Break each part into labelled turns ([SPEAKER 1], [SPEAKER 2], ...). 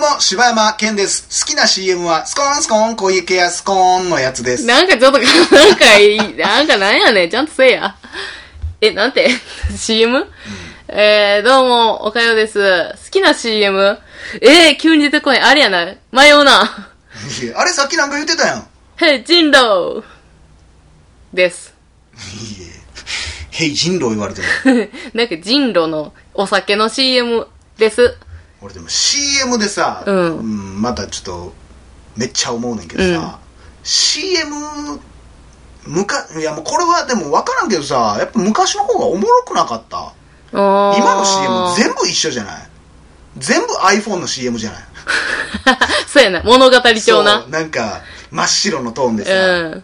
[SPEAKER 1] も、柴山健です。好きな CM は、スコーンスコーン、小池やスコーンのやつです。
[SPEAKER 2] なんかちょっと、なんかいい、なんかなんやねん、ちゃんとせえや。 え、なんて ?CM? えー、どうも、おかよです。好きな CM? えー、急に出てこない。あれやな。迷うな。
[SPEAKER 1] いやあれさっきなんか言ってたやん。
[SPEAKER 2] へい、人狼です。
[SPEAKER 1] いいえ。ヘイ、人狼言われてる。
[SPEAKER 2] なんか人狼のお酒の CM です。
[SPEAKER 1] 俺でも CM でさ、
[SPEAKER 2] うん
[SPEAKER 1] んまたちょっと、めっちゃ思うねんけどさ、CM、むか、いやもうこれはでも分からんけどさ、やっぱ昔の方がおもろくなかった。
[SPEAKER 2] 今
[SPEAKER 1] 今の CM 全部一緒じゃない全部 iPhone の CM じゃない
[SPEAKER 2] そうやな、物語調な
[SPEAKER 1] そう。なんか、真っ白のトーンで
[SPEAKER 2] う
[SPEAKER 1] さ、
[SPEAKER 2] ん。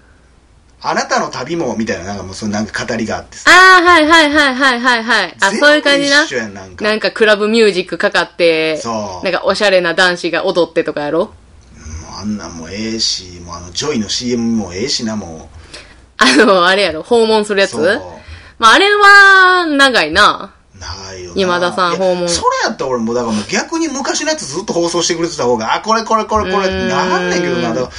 [SPEAKER 1] あなたの旅も、みたいな、なんかもうそのなんか語りがあってさ。
[SPEAKER 2] ああ、はいはいはいはいはいはい。あ、
[SPEAKER 1] 全部
[SPEAKER 2] そういう感じな
[SPEAKER 1] 一。緒やん、なんか。
[SPEAKER 2] なんかクラブミュージックかかって、
[SPEAKER 1] そう
[SPEAKER 2] なんかおしゃれな男子が踊ってとかや
[SPEAKER 1] も
[SPEAKER 2] ろ
[SPEAKER 1] うあんなんもええし、もうあの、ジョイの CM もええしな、も
[SPEAKER 2] あの、あれやろ訪問する
[SPEAKER 1] う。
[SPEAKER 2] やつ
[SPEAKER 1] そう。
[SPEAKER 2] まあ、あれは、長いな。
[SPEAKER 1] 長いよな。
[SPEAKER 2] 今田さん
[SPEAKER 1] いや
[SPEAKER 2] 訪問
[SPEAKER 1] それやったら俺も、だからもう逆に昔のやつずっと放送してくれてた方が、あ、これこれこれこれっ
[SPEAKER 2] うー
[SPEAKER 1] て
[SPEAKER 2] ん
[SPEAKER 1] なんねんけどな。だから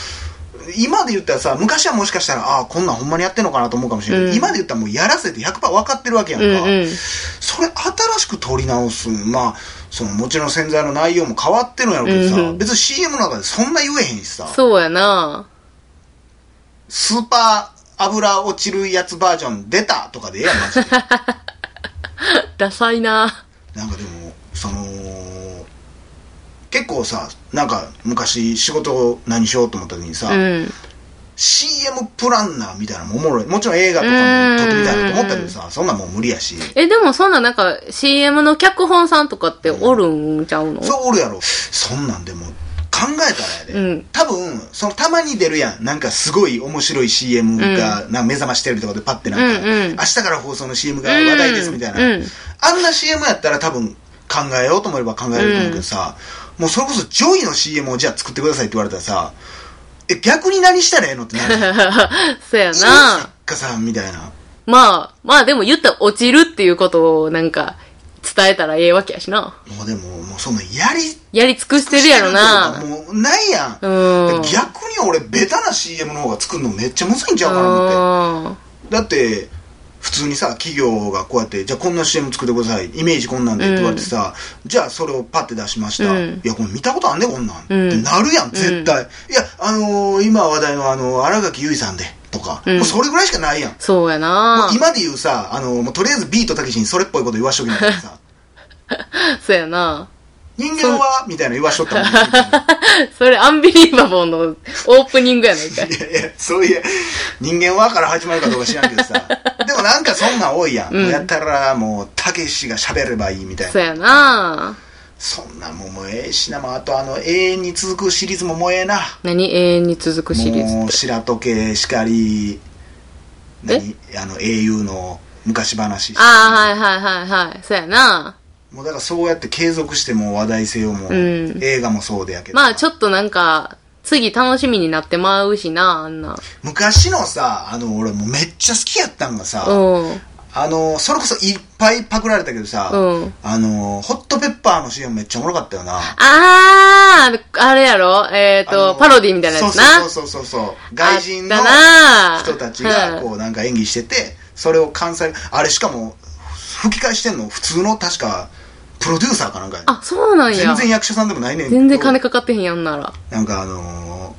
[SPEAKER 1] 今で言ったらさ、昔はもしかしたら、あこんなんほんまにやってんのかなと思うかもしれない、
[SPEAKER 2] うん
[SPEAKER 1] 今で言ったらもうやらせて100%分かってるわけやん
[SPEAKER 2] う
[SPEAKER 1] か。
[SPEAKER 2] んうん。
[SPEAKER 1] それ新しく取り直すまあそのもちろん洗剤の内容も変わってるんやろうけどさ、
[SPEAKER 2] うんうん
[SPEAKER 1] 別に CM の中でそんな言えへんしさ
[SPEAKER 2] そうやな。
[SPEAKER 1] スーパー油落ちるやつバージョン出たとかでええやんマジ で
[SPEAKER 2] ダサいな。
[SPEAKER 1] なんかでもその結構さなんか昔仕事何しようと思った時にさ、
[SPEAKER 2] うん。
[SPEAKER 1] CM プランナーみたいなのもおもろいもちろん映画とかも撮ってみたいなと思ったけどさそんなんもう無理やし
[SPEAKER 2] え、でもそんななんか CM の脚本さんとかっておるんちゃうの
[SPEAKER 1] そうおるやろそんなんでも考えたらやで、
[SPEAKER 2] うん
[SPEAKER 1] 多分そのたまに出るやんなんかすごい面白い CM が、な目覚ましテレビとかでパッてなんか、
[SPEAKER 2] うんうん
[SPEAKER 1] 明日から放送の CM が話題ですみたいな、
[SPEAKER 2] うん うん
[SPEAKER 1] あんな CM やったら多分考えようと思えば考えれると思うけどさ、もうそれこそジョイの CM をじゃあ作ってくださいって言われたらさえ逆に何したらええのってな る
[SPEAKER 2] そう
[SPEAKER 1] い
[SPEAKER 2] や
[SPEAKER 1] いの
[SPEAKER 2] な
[SPEAKER 1] 作。家さんみたいな
[SPEAKER 2] まあ、まあでも言ったら落ちるっていうことをなんか伝えたらええわけやしな。
[SPEAKER 1] もうでももうそのやり
[SPEAKER 2] やり尽くしてるやろな。
[SPEAKER 1] もうないやん
[SPEAKER 2] うん。
[SPEAKER 1] 逆に俺ベタな CM の方が作るのめっちゃむずいんちゃうかな思っ
[SPEAKER 2] あ
[SPEAKER 1] てだって普通にさ企業がこうやってじゃあこんな CM 作ってくださいイメージこんなんでって言われてさ、じゃあそれをパッて出しました、
[SPEAKER 2] うん
[SPEAKER 1] いやこれ見たことあんねこんなん、
[SPEAKER 2] うん
[SPEAKER 1] ってなるやん絶対、いやあのー今話題のあのー新垣結衣さんでとか、
[SPEAKER 2] うん
[SPEAKER 1] もうそれぐらいしかないやん
[SPEAKER 2] ーそうや
[SPEAKER 1] も
[SPEAKER 2] な
[SPEAKER 1] う。今で言うさ、あのーもうとりあえずビートたけしにそれっぽいこと言わしときなさいさ
[SPEAKER 2] そうやな。
[SPEAKER 1] 人間はみたいな言わしと ったもんねみたいな
[SPEAKER 2] それアンビリーバボーのオープニングやないかい。
[SPEAKER 1] いやいや、そういう、人間はから始まるかどうか知らんけどさ。でもなんかそんなん多いやん。
[SPEAKER 2] うん
[SPEAKER 1] やったらもう、たけしが喋ればいいみたい
[SPEAKER 2] そう
[SPEAKER 1] な。
[SPEAKER 2] やな。
[SPEAKER 1] そんなんもうもうええしな、もうあとあの、永遠に続くシリーズももうええな。
[SPEAKER 2] 何永遠に続くシリーズ
[SPEAKER 1] も
[SPEAKER 2] っ
[SPEAKER 1] う、
[SPEAKER 2] て。
[SPEAKER 1] 白戸家しかり、何あの、英雄の昔話。
[SPEAKER 2] ああ、はいはいはいはい。そうやな。
[SPEAKER 1] もうだからそうやって継続してもう話題性をもう、
[SPEAKER 2] うん
[SPEAKER 1] 映画もそうでやけど。
[SPEAKER 2] まあちょっとなんか、次楽しみになってまうしな、あんな。
[SPEAKER 1] 昔のさ、あの、俺もうめっちゃ好きやったんがさ、
[SPEAKER 2] うん。
[SPEAKER 1] あの、それこそいっぱいパクられたけどさ、
[SPEAKER 2] うん
[SPEAKER 1] あの、ホットペッパーの CM めっちゃおもろかったよな。
[SPEAKER 2] あー、あれやろえっ、
[SPEAKER 1] あ
[SPEAKER 2] と、
[SPEAKER 1] の
[SPEAKER 2] パロディみたいなやつな。
[SPEAKER 1] そうそうそうそうそう。外人の
[SPEAKER 2] あったな
[SPEAKER 1] 人たちがこうなんか演技してて、それを関西、あれしかも吹き替えしてんの普通の確かプロデューサーかなんかやね
[SPEAKER 2] あ、そうなんや。
[SPEAKER 1] 全然役者さんでもないねんけど
[SPEAKER 2] 全然金かかってへんやんなら。
[SPEAKER 1] なんかあの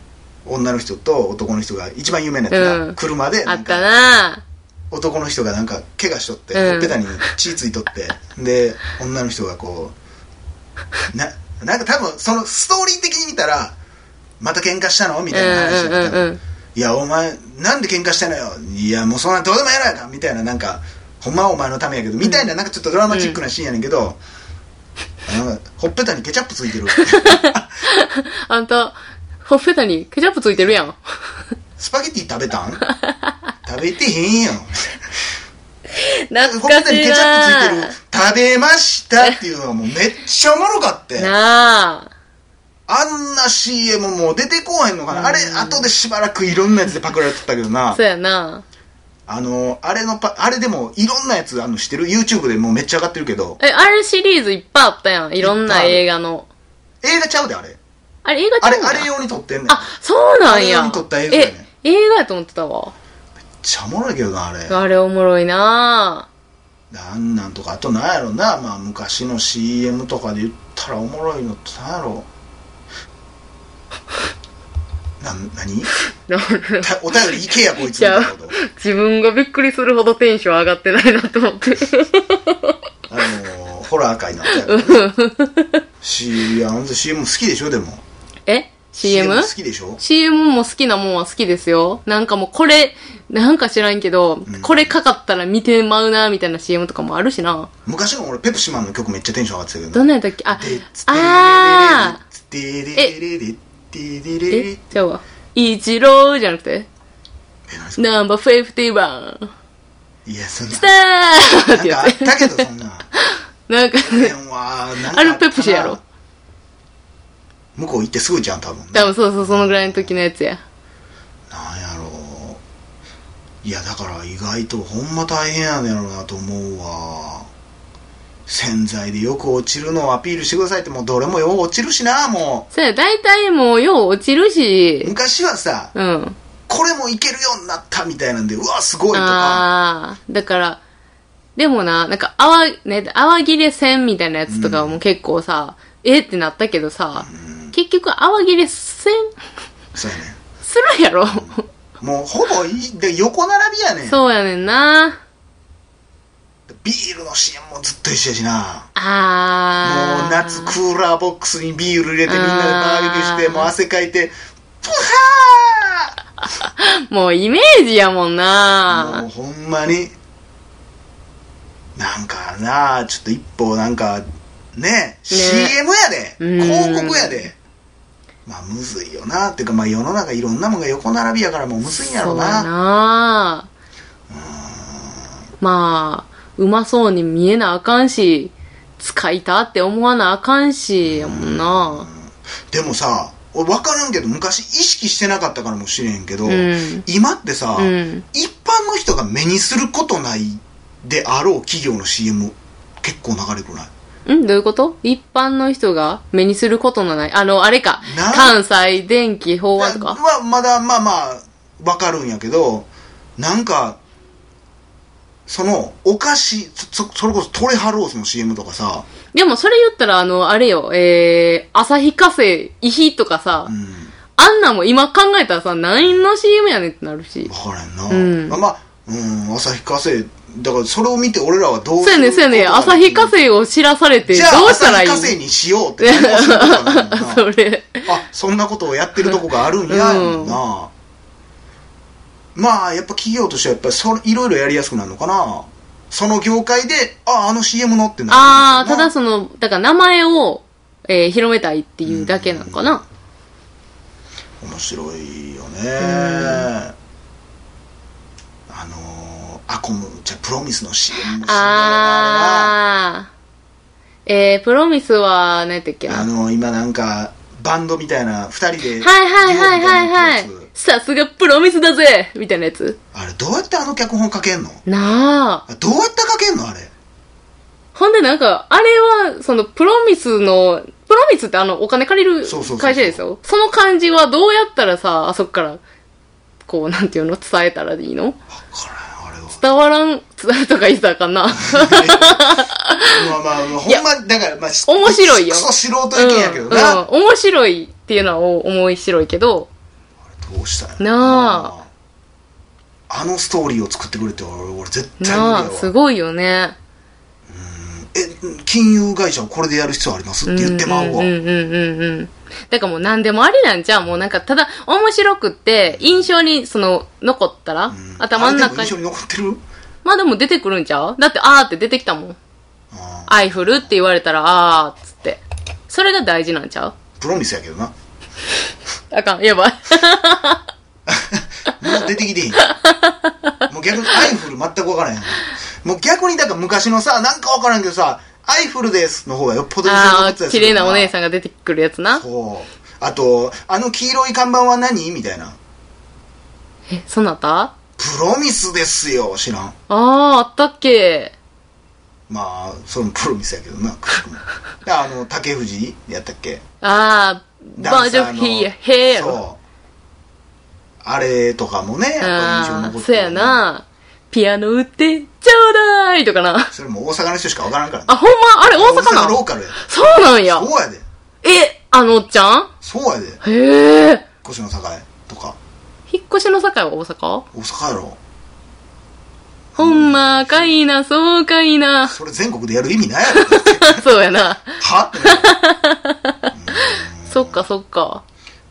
[SPEAKER 1] ー女の人と男の人が一番有名なやつが、
[SPEAKER 2] うん
[SPEAKER 1] 車で
[SPEAKER 2] あ
[SPEAKER 1] なん
[SPEAKER 2] っ
[SPEAKER 1] か
[SPEAKER 2] たな
[SPEAKER 1] 男の人がなんか怪我しとって、
[SPEAKER 2] うん
[SPEAKER 1] ほっぺたに血ついとってで女の人がこうななんか多分そのストーリー的に見たらまた喧嘩したのみたいな話だったの
[SPEAKER 2] うんうんうんうん
[SPEAKER 1] いやお前なんで喧嘩したのよいやもうそんなんどうでもやないかみたいななんかほんまはお前のためやけどみたいななんかちょっとドラマチックなシーンやねんけど、なんかほっぺたにケチャップついて る
[SPEAKER 2] あんた、ほっぺたにケチャップついてるやん。
[SPEAKER 1] スパゲティ食べたん食べてへんやん
[SPEAKER 2] 懐
[SPEAKER 1] ほっぺ
[SPEAKER 2] か
[SPEAKER 1] たに
[SPEAKER 2] しい
[SPEAKER 1] ケチャップついて
[SPEAKER 2] な
[SPEAKER 1] る食べましたっていうのがもうめっちゃおもろかって
[SPEAKER 2] なあ。
[SPEAKER 1] あんな CM もう出てこへんのかなあれ後でしばらくいろんなやつでパクられてたけどな
[SPEAKER 2] そうやな
[SPEAKER 1] あのあれのパあれでもいろんなやつあのしてる YouTube でもうめっちゃ上がってるけど
[SPEAKER 2] え、あれシリーズいっぱいあったやん。いろんな映画の。
[SPEAKER 1] 映画ちゃうであれ
[SPEAKER 2] あれ映画ち
[SPEAKER 1] あ
[SPEAKER 2] ゃ
[SPEAKER 1] れ
[SPEAKER 2] うんだ
[SPEAKER 1] あれ用に撮ってんねん
[SPEAKER 2] あ、そうなん
[SPEAKER 1] あれ
[SPEAKER 2] や
[SPEAKER 1] に撮った映。画や
[SPEAKER 2] え
[SPEAKER 1] ね、
[SPEAKER 2] 映画やと思ってたわ。
[SPEAKER 1] めっちゃおもろいけどなあれ
[SPEAKER 2] あれおもろいな
[SPEAKER 1] なんなんとかあとなんやろなまあ昔の CM とかで言ったらおもろいのってなんやろなん何
[SPEAKER 2] ぁ。
[SPEAKER 1] たお便りいけやこいつ
[SPEAKER 2] じ
[SPEAKER 1] みたい
[SPEAKER 2] ゃあ
[SPEAKER 1] なこと、
[SPEAKER 2] 自分がびっくりするほどテンション上がってないなと思って。
[SPEAKER 1] あのホラー界のお便り、C いやあんた CM 好きでしょでも
[SPEAKER 2] え ?CM?
[SPEAKER 1] 好きでしょ
[SPEAKER 2] CM も好きなもんは好きですよ。なんかもうこれ、なんか知らんけど、
[SPEAKER 1] ん
[SPEAKER 2] これかかったら見てまうなみたいな CM とかもあるしな。
[SPEAKER 1] 昔の俺ペプシマンの曲めっちゃテンション上がってたけど
[SPEAKER 2] どんなんやったっけあ
[SPEAKER 1] でつ、
[SPEAKER 2] あー
[SPEAKER 1] でででででででででで
[SPEAKER 2] え、じゃあわ。イチローじゃなくて、
[SPEAKER 1] え何それ
[SPEAKER 2] ナンバー51、
[SPEAKER 1] いやそんな
[SPEAKER 2] スタ
[SPEAKER 1] なん
[SPEAKER 2] ーって
[SPEAKER 1] か
[SPEAKER 2] や
[SPEAKER 1] あっ
[SPEAKER 2] つ。
[SPEAKER 1] たけどそんな
[SPEAKER 2] なんか、
[SPEAKER 1] 去年はなんかったな
[SPEAKER 2] あれペプシやろ
[SPEAKER 1] 向こう行ってすぐじゃん多分
[SPEAKER 2] 多分そうそう、そのぐらいの時のやつや。
[SPEAKER 1] なんやろういやだから意外とほんま大変やねやろなと思うわ洗剤でよく落ちるのをアピールしてくださいってもうどれもよう落ちるしなも
[SPEAKER 2] そうや、大体もうよう落ちる
[SPEAKER 1] う
[SPEAKER 2] し、
[SPEAKER 1] 昔はさ
[SPEAKER 2] うん。
[SPEAKER 1] これもいけるようになったみたいなんでうわすごいとか
[SPEAKER 2] ああ、だから、でもな、なんか、あわ、ね、あわ切れ線みたいなやつとかも結構さ、えってなったけどさ、結局、あわ切れ線
[SPEAKER 1] そうやね
[SPEAKER 2] するやろ。
[SPEAKER 1] もうほぼいで横並びやねん
[SPEAKER 2] そうやねんな。
[SPEAKER 1] ビールの CM もずっと一緒やしな
[SPEAKER 2] あー。
[SPEAKER 1] もう夏クーラーボックスにビール入れてみんなでバーベキューして
[SPEAKER 2] あー
[SPEAKER 1] もう汗かいてプ
[SPEAKER 2] もうイメージやもん
[SPEAKER 1] ハーも
[SPEAKER 2] な
[SPEAKER 1] う。ほんまになんかなあちょっと一歩なんかね CM やで
[SPEAKER 2] うん
[SPEAKER 1] 広告やでまあむずいよなっていうかまあ世の中いろんなもんが横並びやからもうむずいんやろ
[SPEAKER 2] そうう
[SPEAKER 1] な
[SPEAKER 2] やな。まあ、うまそうに見えなあかんし、使いたって思わなあかんし、やもんな。
[SPEAKER 1] でもさ俺分からんけど昔意識してなかったからもしれんけど、
[SPEAKER 2] うん
[SPEAKER 1] 今ってさ、
[SPEAKER 2] うん
[SPEAKER 1] 一般の人が目にすることないであろう企業の CM 結構流れくない
[SPEAKER 2] んどういうこと一般の人が目にすることのない。あの、あれか
[SPEAKER 1] な。
[SPEAKER 2] 関西電気法案と
[SPEAKER 1] いや
[SPEAKER 2] か。
[SPEAKER 1] まあまだまあまあ分かるんやけどなんかそのお菓子そそそれこそトレハロースの CM とかさ、
[SPEAKER 2] でもそれ言ったら、あの、あれよ、えー、朝日課生、イヒとかさ、
[SPEAKER 1] うん、
[SPEAKER 2] あんなんも今考えたらさ、何の CM やねんってなるし
[SPEAKER 1] 分。からんな、
[SPEAKER 2] うん
[SPEAKER 1] まあまあうん旭化成だからそれを見て俺らはどう
[SPEAKER 2] そうやねんそうやねん朝日課
[SPEAKER 1] 成
[SPEAKER 2] 生を知らされて、どう
[SPEAKER 1] じゃあ
[SPEAKER 2] したらいい
[SPEAKER 1] 朝日化成にしようって何もすることはないもんな
[SPEAKER 2] それ。
[SPEAKER 1] あそんなことをやってるとこがあるんや、
[SPEAKER 2] うん
[SPEAKER 1] やんなまあやっぱ企業としてはやっぱりそれいろいろやりやすくなるのかなその業界でああの CM のってなる
[SPEAKER 2] ああ、ただ
[SPEAKER 1] だ
[SPEAKER 2] その、だから名前を、えー広めたいっていうだけなのかな。
[SPEAKER 1] 面白いよね、あのーアコムじゃあプロミスの CM もしながらあれな
[SPEAKER 2] ああ。えー、プロミスは、何やったっけな。
[SPEAKER 1] あ
[SPEAKER 2] はい
[SPEAKER 1] の今なんかバンドみたいな2人で
[SPEAKER 2] はいはいはいは
[SPEAKER 1] デュオみたなやつ。
[SPEAKER 2] いさすがプロミスだぜみたいなやつ。
[SPEAKER 1] あれどうやってあの脚本書けんの
[SPEAKER 2] なあ。
[SPEAKER 1] あどうやって書けんのあれ
[SPEAKER 2] ほんでなんか、あれは、その、プロミスの、プロミスってあの、お金借りる
[SPEAKER 1] そうそうそうそう
[SPEAKER 2] 会社ですよ。その感じはどうやったらさ、あそこから、こう、なんていうの伝えたらいい
[SPEAKER 1] 分
[SPEAKER 2] の
[SPEAKER 1] からんあれは
[SPEAKER 2] 伝わらん、伝えとか言ったらあかんな。
[SPEAKER 1] まあまあ、まあ、ほんま、だから、まあ、し
[SPEAKER 2] 面白いよ
[SPEAKER 1] クソ素人意見やけどな。
[SPEAKER 2] うん、うん、面白いっていうのはお面白いけど、
[SPEAKER 1] どうしたんやろ
[SPEAKER 2] な
[SPEAKER 1] あ。あのストーリーを作ってくれって俺、俺絶対無理や
[SPEAKER 2] なあ、
[SPEAKER 1] わ。
[SPEAKER 2] すごいよね。
[SPEAKER 1] え、金融会社をこれでやる必要ありますって言ってまうわ。
[SPEAKER 2] うんうんうんうんうん。だからもう何でもありなんじゃん。もうなんか、ただ、面白くって、印象に、その、残ったら、
[SPEAKER 1] うん
[SPEAKER 2] 頭の
[SPEAKER 1] あ
[SPEAKER 2] 中
[SPEAKER 1] れでも印
[SPEAKER 2] に
[SPEAKER 1] 象。に残ってる
[SPEAKER 2] まあでも出てくるんちゃうだって、あーって出てきたもん。
[SPEAKER 1] あ
[SPEAKER 2] アイフルって言われたら、あーっつって。それが大事なんちゃう
[SPEAKER 1] プロミスやけどな。も
[SPEAKER 2] あかん、やばい。
[SPEAKER 1] う出てきてへん。 もう逆にアイフル全くわからへん。もう逆にだから昔のさ、なんかわからんけどさ、アイフルですの方がよっぽど印象に残
[SPEAKER 2] あ
[SPEAKER 1] ってた
[SPEAKER 2] ー、
[SPEAKER 1] りす
[SPEAKER 2] 綺
[SPEAKER 1] る
[SPEAKER 2] 麗
[SPEAKER 1] よ
[SPEAKER 2] なお姉さんが出てくるやつな。
[SPEAKER 1] そうあとあの黄色い看板は何みたいな
[SPEAKER 2] え、そんなんあった
[SPEAKER 1] プロミスですよ知らん
[SPEAKER 2] あー、あったっけ
[SPEAKER 1] まあそれもプロミスやけどな くしくもであの竹藤やったっけ
[SPEAKER 2] ああ、バージョン
[SPEAKER 1] の
[SPEAKER 2] ヒー、ヘーやろ。
[SPEAKER 1] そうあれとかもねやっぱ印象
[SPEAKER 2] あ
[SPEAKER 1] 残
[SPEAKER 2] あ、
[SPEAKER 1] って
[SPEAKER 2] そ
[SPEAKER 1] る
[SPEAKER 2] やな。ピアノ売って、ちょうだいとかな。
[SPEAKER 1] それも大阪の人しかわからんからね
[SPEAKER 2] あ、ほんまあれ大阪な
[SPEAKER 1] ロー
[SPEAKER 2] の
[SPEAKER 1] カルやで
[SPEAKER 2] そうなんや。
[SPEAKER 1] そうやで
[SPEAKER 2] え、あのおっちゃん
[SPEAKER 1] そうやで
[SPEAKER 2] へえ。
[SPEAKER 1] 腰の栄とか
[SPEAKER 2] 引っ越しの境は大阪
[SPEAKER 1] 大阪やろ
[SPEAKER 2] ほんま、かいな、そうかいな。
[SPEAKER 1] それ全国でやる意味ないやろ
[SPEAKER 2] そうやな。
[SPEAKER 1] はってなる
[SPEAKER 2] そっかそっか。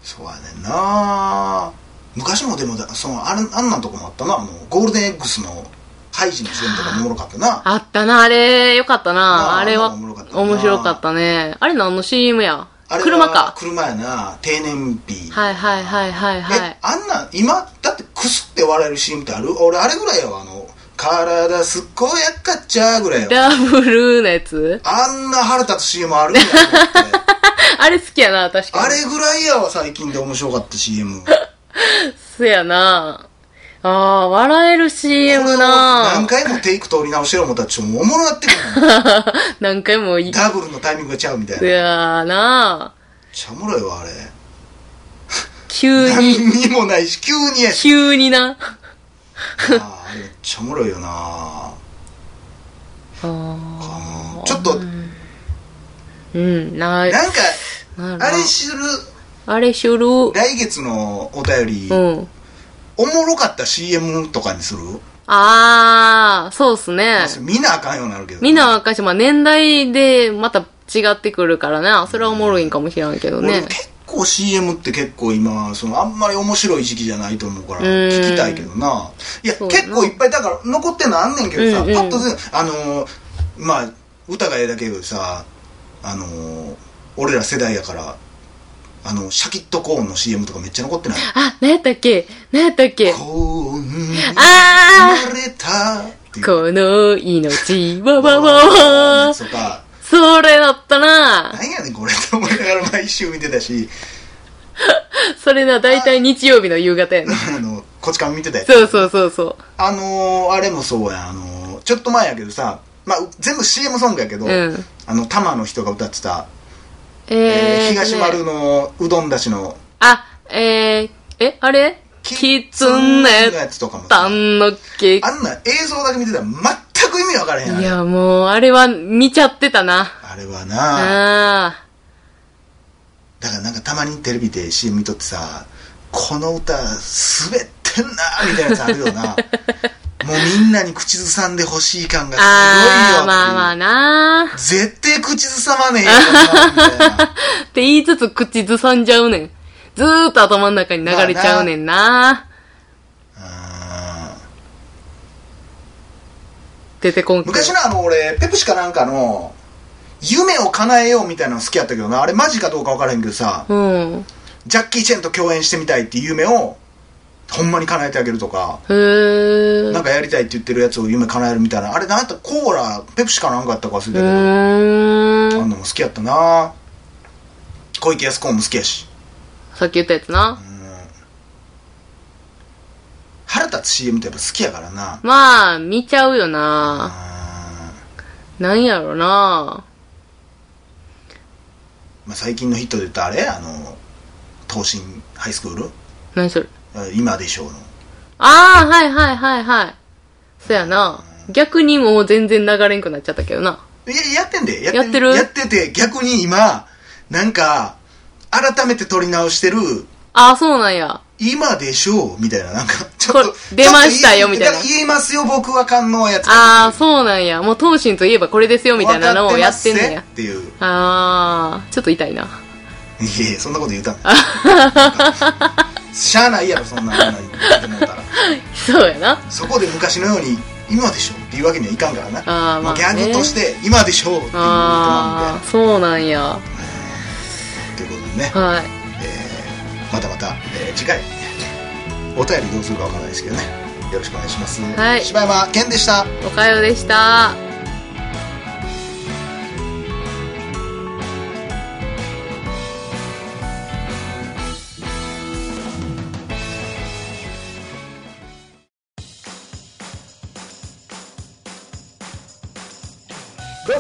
[SPEAKER 1] そうやねんな昔もでもだそのあれあんなんとこもあったなあのゴールデン X のハイジの主演とかもおもろかったな
[SPEAKER 2] あったな、あれ、よかったな。
[SPEAKER 1] あ
[SPEAKER 2] あれは、
[SPEAKER 1] あれは面白かったな
[SPEAKER 2] 面白かったね。あれ何の CM や
[SPEAKER 1] あれは
[SPEAKER 2] 車か。
[SPEAKER 1] 車やな定年日
[SPEAKER 2] はいはいはいはいは
[SPEAKER 1] え
[SPEAKER 2] い。
[SPEAKER 1] あんなん今だってクスって笑えるシーンってある俺あれぐらいやわあの「体すっごやかっちゃ」ぐらいやわ
[SPEAKER 2] ダブルーのやつ
[SPEAKER 1] あんな腹立つ CM あるんやと思って
[SPEAKER 2] あれ好きやな、確かに。
[SPEAKER 1] あれぐらいやわ最近で面白かった CM
[SPEAKER 2] そやな。ああ、笑える CM
[SPEAKER 1] 何
[SPEAKER 2] な。
[SPEAKER 1] 回もテイク取り直してる思ったらちょっとおもろなってくるもん
[SPEAKER 2] 何回 もいい。
[SPEAKER 1] ダブルのタイミングがちゃうみたい
[SPEAKER 2] そ
[SPEAKER 1] なめっ
[SPEAKER 2] やな。
[SPEAKER 1] ちゃおもろいわあれ
[SPEAKER 2] 急に、
[SPEAKER 1] 何にもないし急にや し
[SPEAKER 2] 急にな。
[SPEAKER 1] あーあれめっちゃおもろいよな
[SPEAKER 2] あ
[SPEAKER 1] うん
[SPEAKER 2] ー
[SPEAKER 1] ちょっと
[SPEAKER 2] うん、ない。
[SPEAKER 1] なんか
[SPEAKER 2] なるな
[SPEAKER 1] あれ知る
[SPEAKER 2] あれしゅる。う
[SPEAKER 1] 来月のお便り、
[SPEAKER 2] ん。
[SPEAKER 1] おもろかった CM とかにする、
[SPEAKER 2] ああ、そうっすね。
[SPEAKER 1] 見なあかんようになるけど
[SPEAKER 2] みんな若いし、まあ年代でまた違ってくるからな。それはおもろいんかもしらんけど
[SPEAKER 1] 俺
[SPEAKER 2] ね。
[SPEAKER 1] 結構 CM って結構今そのあんまり面白い時期じゃないと思うから
[SPEAKER 2] うん
[SPEAKER 1] 聞きたいけどないや
[SPEAKER 2] そう
[SPEAKER 1] 結構いっぱいだから残ってんのあんねんけどさ、
[SPEAKER 2] うんうん
[SPEAKER 1] パッとせあのーまあ歌がええだけどさあのー俺ら世代やからあのシャキッとコーンの CM とかめっちゃ残ってない
[SPEAKER 2] あ、なんやったっけなんやったっけ
[SPEAKER 1] コーンに
[SPEAKER 2] あ
[SPEAKER 1] 生まれたっていう
[SPEAKER 2] この命はわわわわ
[SPEAKER 1] とか
[SPEAKER 2] それだったな
[SPEAKER 1] 何やねんこれと思いながら毎週見てたし
[SPEAKER 2] それな、だいたい日曜日の夕方やね。
[SPEAKER 1] あのこっちから見てたやつ
[SPEAKER 2] そうそうそうそう。
[SPEAKER 1] あのー、あれもそうや、あのー、ちょっと前やけどさ、まあ、う全部 CM ソングやけど、
[SPEAKER 2] うん
[SPEAKER 1] あの、玉の人が歌ってた、
[SPEAKER 2] えー
[SPEAKER 1] えー
[SPEAKER 2] とね
[SPEAKER 1] 東丸のうどんだしの、
[SPEAKER 2] あ、えー、え、あれキツネ
[SPEAKER 1] のやつとかもさ
[SPEAKER 2] タンのけ。
[SPEAKER 1] あんな映像だけ見てたら全く意味わからへんや
[SPEAKER 2] い
[SPEAKER 1] ん。あれ
[SPEAKER 2] や、もう、あれは見ちゃってたな。
[SPEAKER 1] あれはな
[SPEAKER 2] あ
[SPEAKER 1] だからなんかたまにテレビで CM 見とってさ、この歌滑ってんなみたいなやつあるよ な。もうみんなに口ずさんでほしい感が
[SPEAKER 2] あ。
[SPEAKER 1] すごいよってい
[SPEAKER 2] ああ、
[SPEAKER 1] う。
[SPEAKER 2] まあまあな
[SPEAKER 1] 絶対口ずさまねえよなみたいな。
[SPEAKER 2] って言いつつ口ずさんじゃうねん。ずーっと頭の中に流れちゃうねんな。
[SPEAKER 1] あー
[SPEAKER 2] 出てこんく
[SPEAKER 1] 昔のあの俺ペプシかなんかの夢を叶えようみたいなの好きやったけどなあれマジかどうか分からへんけどさ
[SPEAKER 2] うん。
[SPEAKER 1] ジャッキー・チェンと共演してみたいっていう夢をほんまに叶えてあげるとか
[SPEAKER 2] へー。
[SPEAKER 1] なんかやりたいって言ってるやつを夢叶えるみたいなあれなんやったコーラペプシかなんかやったか忘れ
[SPEAKER 2] う
[SPEAKER 1] たけ
[SPEAKER 2] ー
[SPEAKER 1] どあ
[SPEAKER 2] ん。
[SPEAKER 1] んのも好きやったな小池康子も好きやし
[SPEAKER 2] さっき言ったやつな。
[SPEAKER 1] 腹立つ CM ってやっぱ好きやからな
[SPEAKER 2] まあ、見ちゃうよな。
[SPEAKER 1] あー
[SPEAKER 2] なんやろな。
[SPEAKER 1] まあ、最近のヒットで言ったらあれあの東進ハイスクール
[SPEAKER 2] 何それ。
[SPEAKER 1] あ今でしょうの
[SPEAKER 2] ああ、はいはいはいはい。そやな。逆にもう全然流れんくなっちゃったけどな。
[SPEAKER 1] いや、やってんで。や
[SPEAKER 2] やってる
[SPEAKER 1] やってて、逆に今、なんか、改めて撮り直してる、
[SPEAKER 2] ああ、そうなんや。
[SPEAKER 1] 今でしょうみたいな、なんか、ちょっ。
[SPEAKER 2] ことれ出ましたよみたいな
[SPEAKER 1] ちょっと言いますよ、僕は感能やつ。
[SPEAKER 2] ああ、そうなんや。もう東進といえばこれですよ、みたいなのをやってんね
[SPEAKER 1] わ
[SPEAKER 2] や
[SPEAKER 1] か。ってますぜっていう。
[SPEAKER 2] ああ、ちょっと痛いな。
[SPEAKER 1] いやいや、そんなこと言うたん しゃあないやろ、そんな、そんな言ったら。
[SPEAKER 2] そうやな。
[SPEAKER 1] そこで昔のように、今でしょっていうわけにはいかんからな。
[SPEAKER 2] あーまあね
[SPEAKER 1] ギャグとして、今でしょうっていうことなん
[SPEAKER 2] ああ、そうなんや。
[SPEAKER 1] で。ということでね。
[SPEAKER 2] はい。
[SPEAKER 1] またまた、えー次回お便りどうするかわからないですけどねよろしくお願いします、
[SPEAKER 2] はい
[SPEAKER 1] 柴山健でした
[SPEAKER 2] おかよでした。
[SPEAKER 1] どう